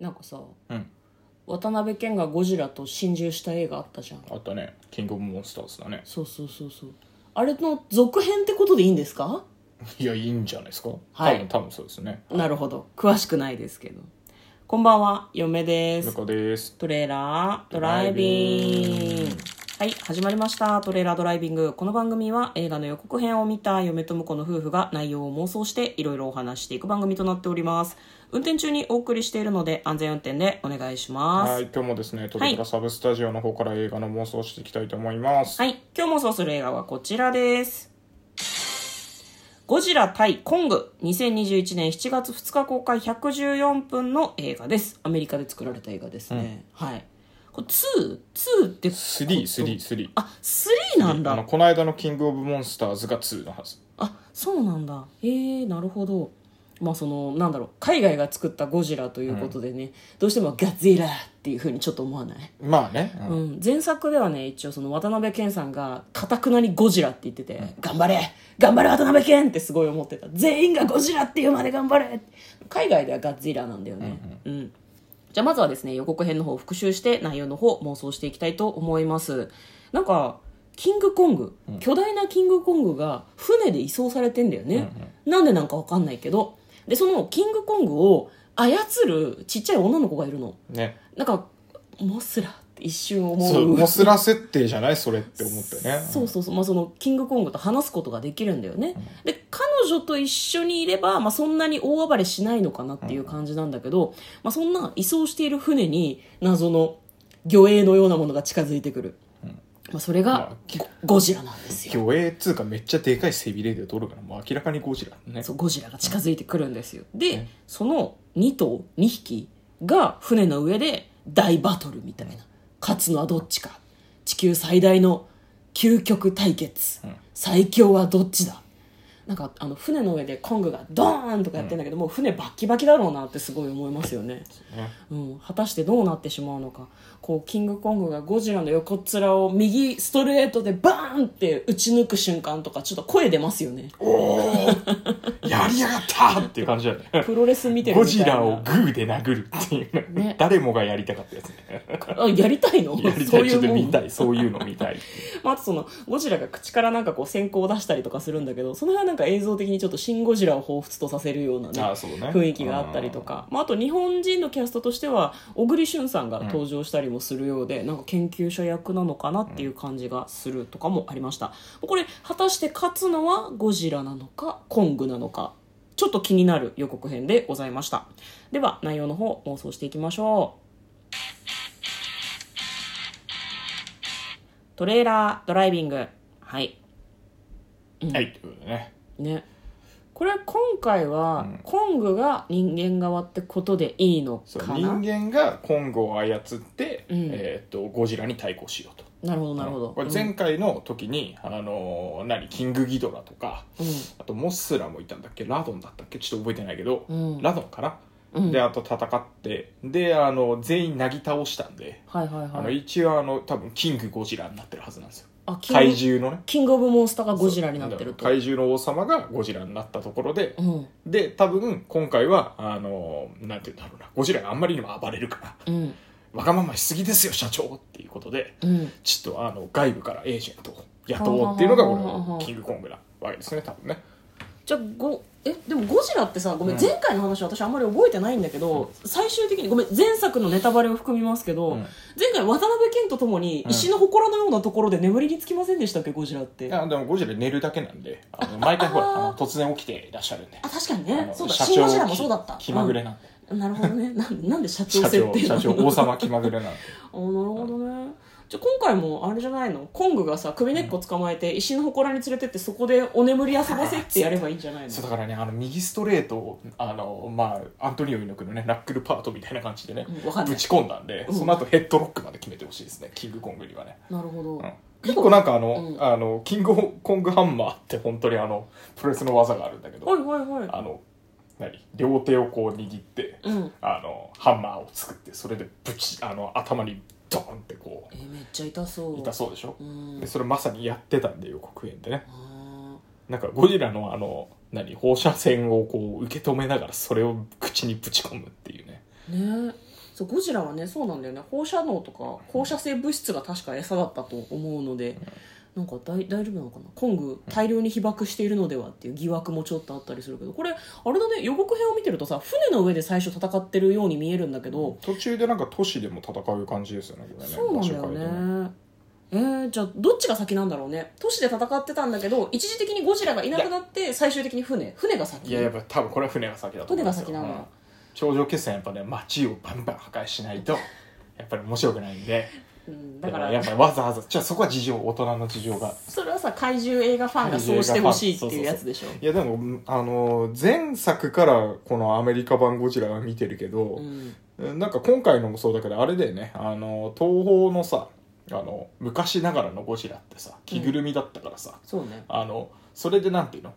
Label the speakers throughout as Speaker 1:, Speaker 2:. Speaker 1: なんかさ
Speaker 2: うん
Speaker 1: 渡辺謙がゴジラと心中した映画あったじゃん
Speaker 2: あったねキングオブモンスターズだね
Speaker 1: そうそうそうそうあれの続編ってことでいいんですか
Speaker 2: いやいいんじゃないですか、
Speaker 1: はい
Speaker 2: 多分多分そうですね
Speaker 1: なるほど詳しくないですけどこんばんは嫁で
Speaker 2: 向
Speaker 1: す
Speaker 2: こうです
Speaker 1: トレーラードライビングはい始まりましたトレーラードライビングこの番組は映画の予告編を見た嫁と婿の夫婦が内容を妄想していろいろお話していく番組となっております運転中にお送りしているので安全運転でお願いします
Speaker 2: は
Speaker 1: はい、
Speaker 2: い今日もですねトリプラサブスタジオの方から映画の妄想をしていきたいと思います、
Speaker 1: 今日もそうする映画はこちらですゴジラ対コング2021年7月2日公開114分の映画ですアメリカで作られた映画ですね、はいこれ 2?2 って
Speaker 2: スリースリースリー
Speaker 1: あ3なん
Speaker 2: あ
Speaker 1: だ
Speaker 2: のこの間のキングオブモンスターズが2のはず
Speaker 1: あそうなんだへえなるほどまあそのなんだろう海外が作ったゴジラということでね、どうしてもガゼラっていうふうにちょっと思わない、
Speaker 2: まあね、うん
Speaker 1: うん、前作ではね一応その渡辺謙さんがかたくなにゴジラって言ってて「頑張れ頑張れ渡辺謙!」ってすごい思ってた全員がゴジラっていうまで頑張れ海外ではガゼラなんだよねうん、じゃあまずはですね予告編の方を復習して内容の方妄想していきたいと思いますなんかキングコング、巨大なキングコングが船で移送されてんだよね、なんでなんかわかんないけどでそのキングコングを操るちっちゃい女の子がいるの
Speaker 2: ね
Speaker 1: なんかモスラって一瞬思う
Speaker 2: そうモスラ設定じゃないそれって思ってね
Speaker 1: そうそうそう、まあ、そのキングコングと話すことができるんだよね、で彼女と一緒にいれば、まあ、そんなに大暴れしないのかなっていう感じなんだけど、まあ、そんな移送している船に謎の魚影のようなものが近づいてくる、まあ、それ
Speaker 2: ま
Speaker 1: が
Speaker 2: あ
Speaker 1: ゴゴジラなんですよ
Speaker 2: 魚影っつうかめっちゃでかい背びれで撮るからもう明らかにゴジラね
Speaker 1: そうゴジラが近づいてくるんですよでその2頭2匹が船の上で大バトルみたいな勝つのはどっちか地球最大の究極対決、最強はどっちだなんかあの船の上でコングがドーンとかやってんだけど、もう船バッキバキだろうなってすごい思いますよね
Speaker 2: ね
Speaker 1: うん、果たしてどうなってしまうのかこうキングコングがゴジラの横っ面を右ストレートでバーンって打ち抜く瞬間とかちょっと声出ますよね
Speaker 2: やりやがったっていう感じだよね
Speaker 1: プロレス見てる
Speaker 2: ゴ
Speaker 1: みたい
Speaker 2: ジ
Speaker 1: な
Speaker 2: ラをグーで殴るっていう、
Speaker 1: ね
Speaker 2: 誰もがやりたかったやつね
Speaker 1: あやりたいの
Speaker 2: やり
Speaker 1: そ
Speaker 2: た
Speaker 1: う
Speaker 2: い
Speaker 1: い
Speaker 2: ちょ
Speaker 1: う
Speaker 2: っと
Speaker 1: も
Speaker 2: 見
Speaker 1: ん、
Speaker 2: たいそういうの 見たいって
Speaker 1: まあ、あとそのゴジラが口からなんかこう線香を出したりとかするんだけどその辺はなんか映像的にちょっと「シン・ゴジラ」を彷彿とさせるような、ね
Speaker 2: あそうね
Speaker 1: 雰囲気があったりとか、まあ、あと日本人のキャストとしては小栗旬さんが登場したりもするようで、なんか研究者役なのかなっていう感じがするとかもありましたこれ果たして勝つのはゴジラなのかコングなのかちょっと気になる予告編でございましたでは内容の方妄想していきましょうトレーラードライビングはい
Speaker 2: うんはいということでね
Speaker 1: ねこれ今回は、コングが人間側ってことでいいの
Speaker 2: そう
Speaker 1: か
Speaker 2: 人
Speaker 1: な
Speaker 2: 間がコングを操って、えーっとゴジラに対抗しようと
Speaker 1: なるほどなるほど、
Speaker 2: これ前回の時に、あのー何キングギドラとか、あとモスラもいたんだっけラドンだったっけちょっと覚えてないけど、
Speaker 1: うん
Speaker 2: ラドンかな、であと戦ってであの全員なぎ倒したんで、
Speaker 1: はいはい
Speaker 2: あ
Speaker 1: は
Speaker 2: の
Speaker 1: い
Speaker 2: 一応あの多分キングゴジラになってるはずなんですよ
Speaker 1: あキング
Speaker 2: 怪獣のね
Speaker 1: キングオブモンスターがゴジラになってると
Speaker 2: 怪獣の王様がゴジラになったところで、
Speaker 1: うん
Speaker 2: で多分今回はあのーなんて言うんだろうなゴジラがあんまりにも暴れるから
Speaker 1: うん
Speaker 2: わがまましすぎですよ社長っていうことで、
Speaker 1: うん
Speaker 2: ちょっとあの外部からエージェントを雇おうっていうのがこ
Speaker 1: ははははは
Speaker 2: のキングコングなわけですね多分ね
Speaker 1: じゃあごえでもゴジラってさごめん、
Speaker 2: うん
Speaker 1: 前回の話私あんまり覚えてないんだけど、最終的にごめん前作のネタバレを含みますけど、
Speaker 2: うん
Speaker 1: 前回渡辺謙とともに
Speaker 2: うん
Speaker 1: 石の祠のようなところで眠りにつきませんでしたっけゴジラって、
Speaker 2: い
Speaker 1: あ
Speaker 2: やでもゴジラ寝るだけなんであの毎 回ほら
Speaker 1: あー
Speaker 2: あの突然起きていらっしゃるんで
Speaker 1: 確かに
Speaker 2: あ
Speaker 1: ね
Speaker 2: の
Speaker 1: そうだ
Speaker 2: 社
Speaker 1: 新
Speaker 2: 長
Speaker 1: ゴジラもそうだった
Speaker 2: 気気まぐれなんで、
Speaker 1: うんなるほど ねなんなんで社長
Speaker 2: 社
Speaker 1: 設
Speaker 2: 長
Speaker 1: 定な
Speaker 2: 社
Speaker 1: の
Speaker 2: 長 王様気まぐれなんで
Speaker 1: あなるほどねじゃあ今回もあれじゃないのコングがさ首根っこ捕まえて石の祠に連れてってそこでお眠り遊ばせってやればいいんじゃないの
Speaker 2: そうだからねあの右ストレートをあの、まあ、アントニオ猪木のねナックルパートみたいな感じでね、
Speaker 1: うんわかんない
Speaker 2: ぶち込んだんで、
Speaker 1: うん
Speaker 2: その後ヘッドロックまで決めてほしいですねキングコングにはね
Speaker 1: なるほど、
Speaker 2: 一個なんかあの、
Speaker 1: うん
Speaker 2: あのキングコングハンマーって本当にあのプロレスの技があるんだけど、
Speaker 1: はいはいはい
Speaker 2: あの何両手をこう握って、
Speaker 1: うん
Speaker 2: あのハンマーを作ってそれでぶちあの頭にドーンってこ
Speaker 1: えーめっちゃ痛そう
Speaker 2: う痛そうでしょ、
Speaker 1: うん
Speaker 2: でそれまさにやってたんで予告編でね
Speaker 1: あ
Speaker 2: なんかゴジラのあの何放射線をこう受け止めながらそれを口にぶち込むっていうね
Speaker 1: ーねそうゴジラはねそうなんだよね放射能とか放射性物質が確か餌だったと思うので、なんか大大丈夫なのかなコング大量に被爆しているのではっていう疑惑もちょっとあったりするけどこれあれだね予告編を見てるとさ船の上で最初戦ってるように見えるんだけど、
Speaker 2: 途中でなんか都市でも戦う感じですよねこれね
Speaker 1: そうなんだよ
Speaker 2: 場所変えてね
Speaker 1: ねえー、じゃあどっちが先なんだろうね都市で戦ってたんだけど一時的にゴジラがいなくなって最終的に船船が先
Speaker 2: いややっぱ多分これは船が先だと思いますよ
Speaker 1: 船が先なんだ
Speaker 2: う頂上決戦やっぱね街をバンバン破壊しないと やっぱり面白くないんで
Speaker 1: うん、だ
Speaker 2: だ
Speaker 1: か
Speaker 2: から
Speaker 1: ら
Speaker 2: やっぱりわざわざじゃあそこは事情大人の事情が
Speaker 1: それはさ怪獣映画ファンがそうしてほしいっていうやつでしょ
Speaker 2: いやでもあの前作からこのアメリカ版ゴジラは見てるけ
Speaker 1: う
Speaker 2: ど、
Speaker 1: ん
Speaker 2: なんか今回のもそうだけどあれだよねあの東宝のさあの昔ながらのゴジラってさ着ぐるみだったからさ、
Speaker 1: そうね
Speaker 2: あのそれでなんていうの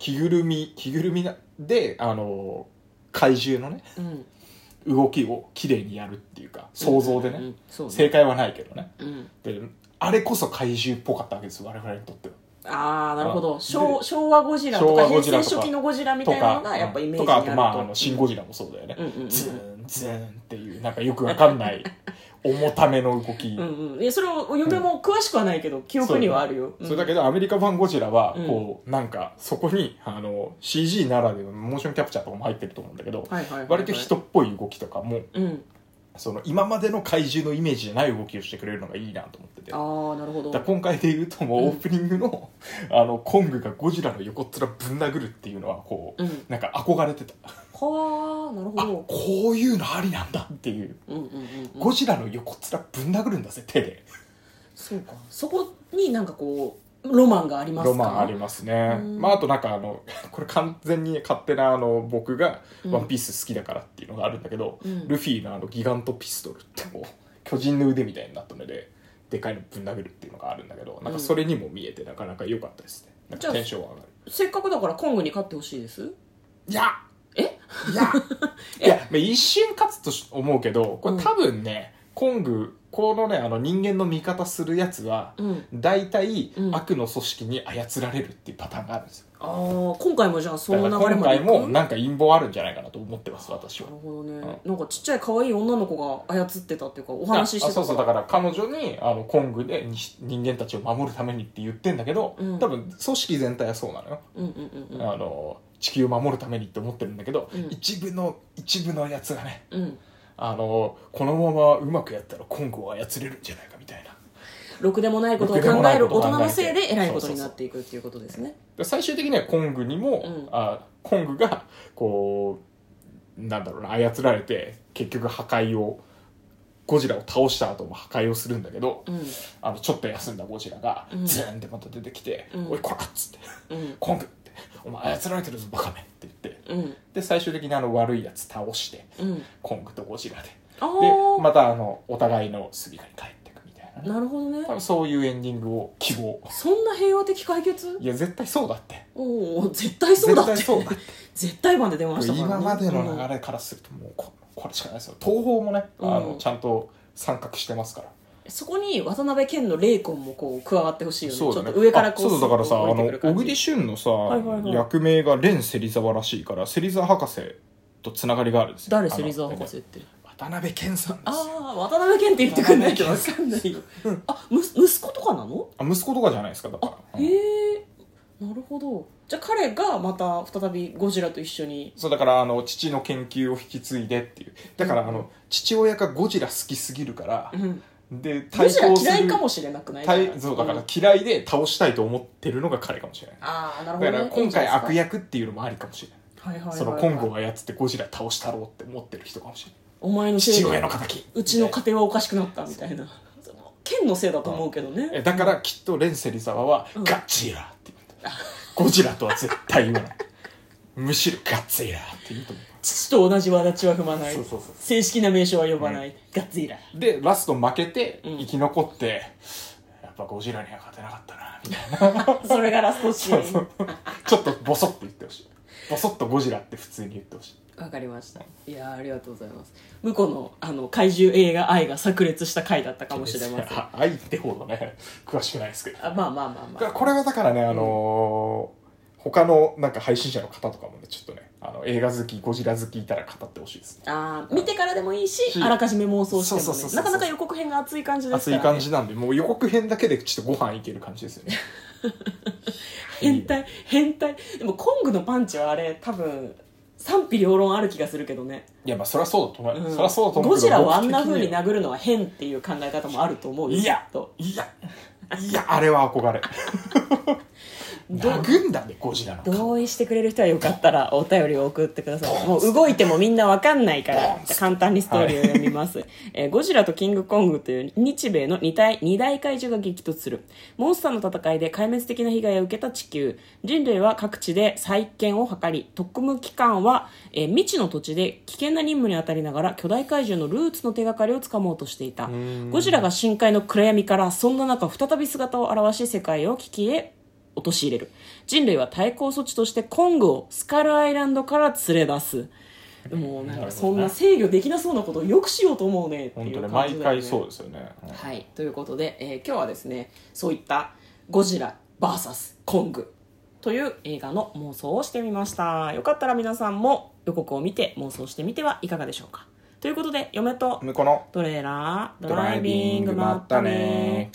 Speaker 2: 着ぐるみ着ぐるみなであの怪獣のね
Speaker 1: うん
Speaker 2: 動きを綺麗にやるっていうか想像でね、
Speaker 1: うんそう
Speaker 2: 正
Speaker 1: ね、
Speaker 2: 解はないけどね
Speaker 1: うん、
Speaker 2: であれこそ怪獣っぽかったわけですよ我々にとっては
Speaker 1: ああなるほど
Speaker 2: で
Speaker 1: 昭昭和ゴジラと
Speaker 2: 昭
Speaker 1: か
Speaker 2: 和
Speaker 1: 平
Speaker 2: ゴジラ
Speaker 1: 成
Speaker 2: とか
Speaker 1: 初期のゴジラみ
Speaker 2: と
Speaker 1: たいなの
Speaker 2: か
Speaker 1: がやっぱイメージ
Speaker 2: と
Speaker 1: にあ
Speaker 2: かあ
Speaker 1: ると
Speaker 2: とまああの「シン・ゴジラ」もそうだよね、
Speaker 1: うんうんうん
Speaker 2: ズーンズーンっていうなんかよくわか んない重ための動き、
Speaker 1: うんうん、いやそれを嫁も詳しくはないけど、記憶にはあるよ
Speaker 2: それだ
Speaker 1: け
Speaker 2: けどアメリカ版ゴジラはこう、なんかそこにあの CG ならではのモーションキャプチャーとかも入ってると思うんだけど、
Speaker 1: はいはいはいはい
Speaker 2: 割と人っぽい動きとかも
Speaker 1: うん
Speaker 2: その今までの怪獣のイメージじゃない動きをしてくれるのがいいなと思っててだか
Speaker 1: ああなるほど
Speaker 2: ら今回で言うともうオープニングの,、あのコングがゴジラの横っ面ぶん殴るっていうのはこう、
Speaker 1: うん
Speaker 2: なんか憧れてた
Speaker 1: はあなるほ
Speaker 2: あ
Speaker 1: ど
Speaker 2: こういうのありなんだっていう
Speaker 1: うんうんうんうん
Speaker 2: ゴジラの横っ面ぶん殴るんだぜ手で
Speaker 1: そうかそこになんかこうロマンがありますか
Speaker 2: ロマンありますね、
Speaker 1: うん
Speaker 2: まああとなんかあの これ完全に勝手なあの僕が「
Speaker 1: うん
Speaker 2: ワンピース好きだからっていうのがあるんだけど、
Speaker 1: うん
Speaker 2: ルフィのあのギガントピストルってもう巨人の腕みたいになったのででかいのぶん殴るっていうのがあるんだけどなんかそれにも見えてなかなか良かったですねなんかテンション上がる
Speaker 1: せっかくだからコングに勝ってほしいです
Speaker 2: いや
Speaker 1: え
Speaker 2: い やいやまあ一瞬勝つとし思うけどこれ多分ね、コングこのねあの人間の味方するやつは、
Speaker 1: うん
Speaker 2: 大体、
Speaker 1: うん
Speaker 2: 悪の組織に操られるっていうパターンがあるんですよ
Speaker 1: ああ今回もじゃあそ
Speaker 2: だ
Speaker 1: の
Speaker 2: か
Speaker 1: 流
Speaker 2: ら
Speaker 1: れまで
Speaker 2: 今回
Speaker 1: いく
Speaker 2: もなんか陰謀あるんじゃないかなと思ってます私は
Speaker 1: なるほどね、なんかちっちゃい可愛い女の子が操ってたっていうかお話しして
Speaker 2: あ
Speaker 1: た
Speaker 2: そうそうだ
Speaker 1: ら
Speaker 2: から彼女にあのコングでに人間たちを守るためにって言ってんだけど、
Speaker 1: うん
Speaker 2: 多分組織全体はそうなのよ、
Speaker 1: うんうんうん
Speaker 2: あの地球を守るためにって思ってるんだけど、
Speaker 1: うん
Speaker 2: 一部の一部のやつがね
Speaker 1: うんうん
Speaker 2: あのこのままうまくやったらコングを操れるんじゃないかみたいな
Speaker 1: ろくでもないことを考
Speaker 2: ろくでもな
Speaker 1: え
Speaker 2: い
Speaker 1: る
Speaker 2: こ
Speaker 1: 大
Speaker 2: とを考えて
Speaker 1: 人のせいで偉いことになっていくっていうことですね
Speaker 2: で最終的にはコングにも、
Speaker 1: うん
Speaker 2: あコングがこうなんだろうな操られて結局破壊をゴジラを倒した後も破壊をするんだけど、あのちょっと休んだゴジラが、
Speaker 1: うん
Speaker 2: ズーンってまた出てきて「
Speaker 1: うん
Speaker 2: おいこら!」っつって
Speaker 1: うんうん
Speaker 2: 「コング!」って「お前操られてるぞバカめ!」って言って
Speaker 1: うん
Speaker 2: で最終的にあの悪いやつ倒して
Speaker 1: うん
Speaker 2: コングとゴジラで
Speaker 1: あ
Speaker 2: で
Speaker 1: あ、
Speaker 2: またあのお互いの住みかに帰っていくみたいなね
Speaker 1: なるほどね
Speaker 2: 多分そういうエンディングを希望
Speaker 1: そんな平和的解決
Speaker 2: いや絶対そうだって
Speaker 1: おお絶対そうだって
Speaker 2: 絶対そう だって
Speaker 1: 絶対版で出ましたから、ね、
Speaker 2: 今までの流れからするともうここれしかないですよ東宝もね、あ
Speaker 1: う
Speaker 2: の
Speaker 1: ん
Speaker 2: ちゃんと参画してますから
Speaker 1: そこに渡辺謙の霊魂もこう加わってほしいよね
Speaker 2: そう
Speaker 1: ち
Speaker 2: だ
Speaker 1: ょ
Speaker 2: ね
Speaker 1: っと上からこう
Speaker 2: あそうだだからさあ
Speaker 1: 降りて
Speaker 2: の
Speaker 1: くる
Speaker 2: 小
Speaker 1: 感じ
Speaker 2: 栗旬のさ、
Speaker 1: いはいはい
Speaker 2: 役名がレン・セリザワらしいからセリザ博士とつながりがあるんですよ
Speaker 1: 誰芹沢博
Speaker 2: あ
Speaker 1: 士って
Speaker 2: の渡辺謙さんですよ
Speaker 1: ああ渡辺謙って言ってくんないけど
Speaker 2: 渡
Speaker 1: 分かんないよ、あむ息子とかなの
Speaker 2: あ息子とかじゃないですかだからうん
Speaker 1: へえなるほどじゃあ彼がまた再びゴジラと一緒に
Speaker 2: そうだからあの父の研究を引き継いでっていうだからあの父親がゴジラ好きすぎるから、
Speaker 1: うん
Speaker 2: で
Speaker 1: ゴ
Speaker 2: 対
Speaker 1: ジラ
Speaker 2: 抗する
Speaker 1: 嫌いかもしれなくない
Speaker 2: 対そうだから
Speaker 1: ん
Speaker 2: 嫌いで倒したいと思ってるのが彼かもしれない
Speaker 1: ああなるほど
Speaker 2: だ
Speaker 1: ね、
Speaker 2: から今回悪役っていうのもありかもしれない
Speaker 1: はいはいはいはい
Speaker 2: そのコンゴを操ってゴジラ倒したろうって思ってる人かもしれない
Speaker 1: お前のせい
Speaker 2: 父親
Speaker 1: で
Speaker 2: の敵
Speaker 1: うちの家庭はおかしくなったみたいなその剣のせいだと思うけどね
Speaker 2: えだからきっとレンセリザワは
Speaker 1: うん
Speaker 2: ガッチーラーって言うんだゴジラとは絶対言わないむしろガッツイラーって言うと思
Speaker 1: 父と同じ輪立ちは踏まない
Speaker 2: そうそうそう
Speaker 1: 正式な名称は呼ばない、ガッツイラ
Speaker 2: うでラスト負けて
Speaker 1: うん
Speaker 2: 生き残って、やっぱゴジラには勝てなかったなみたい な
Speaker 1: それがラストシ
Speaker 2: そう
Speaker 1: ー
Speaker 2: そ
Speaker 1: ン
Speaker 2: うちょっとボソッと言ってほしいボソッとゴジラって普通に言ってほしい
Speaker 1: わかりましたいやーありがとうございます向こうのあの怪獣映画愛が炸裂した回だったかもしれません
Speaker 2: あ愛ってほどね詳しくないですけど
Speaker 1: あまあまあまあまあ
Speaker 2: これはだからね、あのー他のなんか配信者の方とかもね、ちょっとね、あの映画好き、ゴジラ好きいたら語ってほしいですね。
Speaker 1: あー見てからでもいいし
Speaker 2: し
Speaker 1: あらかじめ妄想しても、ね、
Speaker 2: そうそうそうそう
Speaker 1: なかなか予告編が熱い感じですか
Speaker 2: 熱
Speaker 1: ら、
Speaker 2: い
Speaker 1: ね、
Speaker 2: 感じなんで、もう予告編だけでちょっとご飯いける感じですよね。
Speaker 1: 変態変態でもコングのパンチはあれ多分賛否両論ある気がするけどね、
Speaker 2: いや、まあ、そりゃそうだと思う。
Speaker 1: うん
Speaker 2: そりゃそうだと思う
Speaker 1: ゴ
Speaker 2: け
Speaker 1: ジ
Speaker 2: ど。
Speaker 1: ラをあんな
Speaker 2: 僕
Speaker 1: 風
Speaker 2: 的
Speaker 1: に
Speaker 2: は
Speaker 1: 殴るのは変っていう考え方もあると思うよ
Speaker 2: いや
Speaker 1: きっと、
Speaker 2: いや、いや、あれは憧れ。
Speaker 1: ど
Speaker 2: 殴んだね、ゴジラの顔。
Speaker 1: 同意してくれる人はよかったらお便りを送ってくださいもう動いてもみんなわかんないから簡単にストーリーを読みます、えーゴジラとキングコングという日米の二大二大怪獣が激突するモンスターの戦いで壊滅的な被害を受けた地球人類は各地で再建を図り特務機関は、えー未知の土地で危険な任務に当たりながら巨大怪獣のルーツの手がかりをつかもうとしていたゴジラが深海の暗闇からそんな中再び姿を現し世界を危機へ陥れる人類は対抗措置としてコングをスカルアイランドから連れ出すもうなんかそんな制御できなそうなことをよくしようと思うねって
Speaker 2: 本
Speaker 1: い
Speaker 2: 当ね、
Speaker 1: う感
Speaker 2: 毎
Speaker 1: じだよね
Speaker 2: 回そうですよね。うん
Speaker 1: はいということで、えー今日はですねそういったゴジラ VS コングという映画の妄想をしてみましたよかったら皆さんも予告を見て妄想してみてはいかがでしょうかということで嫁と
Speaker 2: 向こうの
Speaker 1: トレーラード
Speaker 2: ドラ
Speaker 1: ラ
Speaker 2: イ
Speaker 1: イ
Speaker 2: ビ
Speaker 1: ビ
Speaker 2: ン
Speaker 1: ン
Speaker 2: グ、
Speaker 1: グ
Speaker 2: ま
Speaker 1: ま
Speaker 2: っ
Speaker 1: ったた
Speaker 2: ね
Speaker 1: ね